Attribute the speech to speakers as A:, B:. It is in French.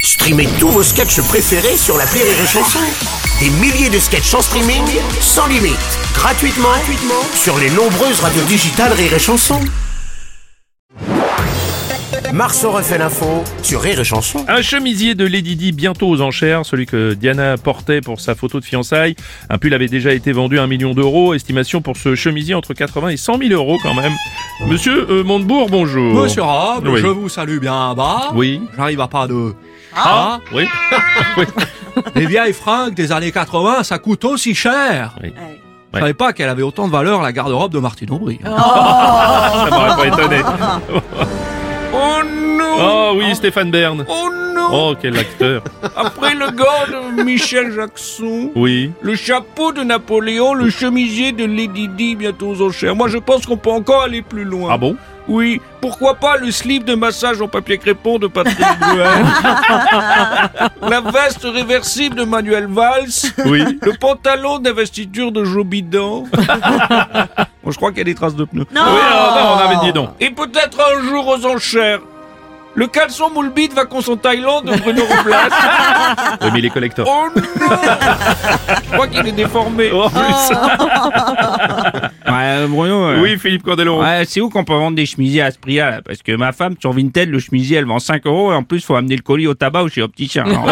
A: Streamez tous vos sketchs préférés sur la Rire et Chanson. Des milliers de sketchs en streaming, sans limite, gratuitement, gratuitement sur les nombreuses radios digitales Rire et Chanson. Marceau refait l'info sur Rire et Chanson.
B: Un chemisier de Lady Di bientôt aux enchères, celui que Diana portait pour sa photo de fiançailles. Un pull avait déjà été vendu à 1 million d'euros, estimation pour ce chemisier entre 80 et 100 000 euros quand même. Monsieur euh, Montebourg, bonjour.
C: Monsieur Rob,
B: Oui.
C: je vous salue bien bas.
B: Oui.
C: J'arrive à pas de...
B: Ah, oui. oui.
C: Les vieilles fringues des années 80, ça coûte aussi cher.
B: Oui.
C: Je savais pas qu'elle avait autant de valeur la garde-robe de Martine Aubry.
B: Ça m'aurait pas étonné.
D: Oh non
B: Oh oui, Stéphane Bern.
D: Oh non
B: Oh, quel acteur.
D: Après le gant de Michel Jackson,
B: Oui.
D: le chapeau de Napoléon, le chemisier de Lady Di bientôt aux enchères, moi je pense qu'on peut encore aller plus loin.
B: Ah bon
D: Oui, pourquoi pas le slip de massage en papier crépon de Patrick Bruel La veste réversible de Manuel Valls
B: Oui.
D: Le pantalon d'investiture de Joe Bidan Bon, je crois qu'il y a des traces de pneus.
B: Oui, ah, non, on avait dit non.
D: Et peut-être un jour aux enchères. Le caleçon moule bite va en Thaïlande de Bruno Robles.
B: Oui, mais les collecteurs.
D: Oh non Je crois qu'il est déformé.
B: Oh, plus.
E: Ouais, Bruno.
D: Ah.
E: euh,
B: Oui, Philippe Cordelo.
E: Ouais, c'est où qu'on peut vendre des chemisiers à ce prix-là là Parce que ma femme, sur Vinted, le chemisier, elle vend 5 euros et en plus, faut amener le colis au tabac ou chez opticien. Alors,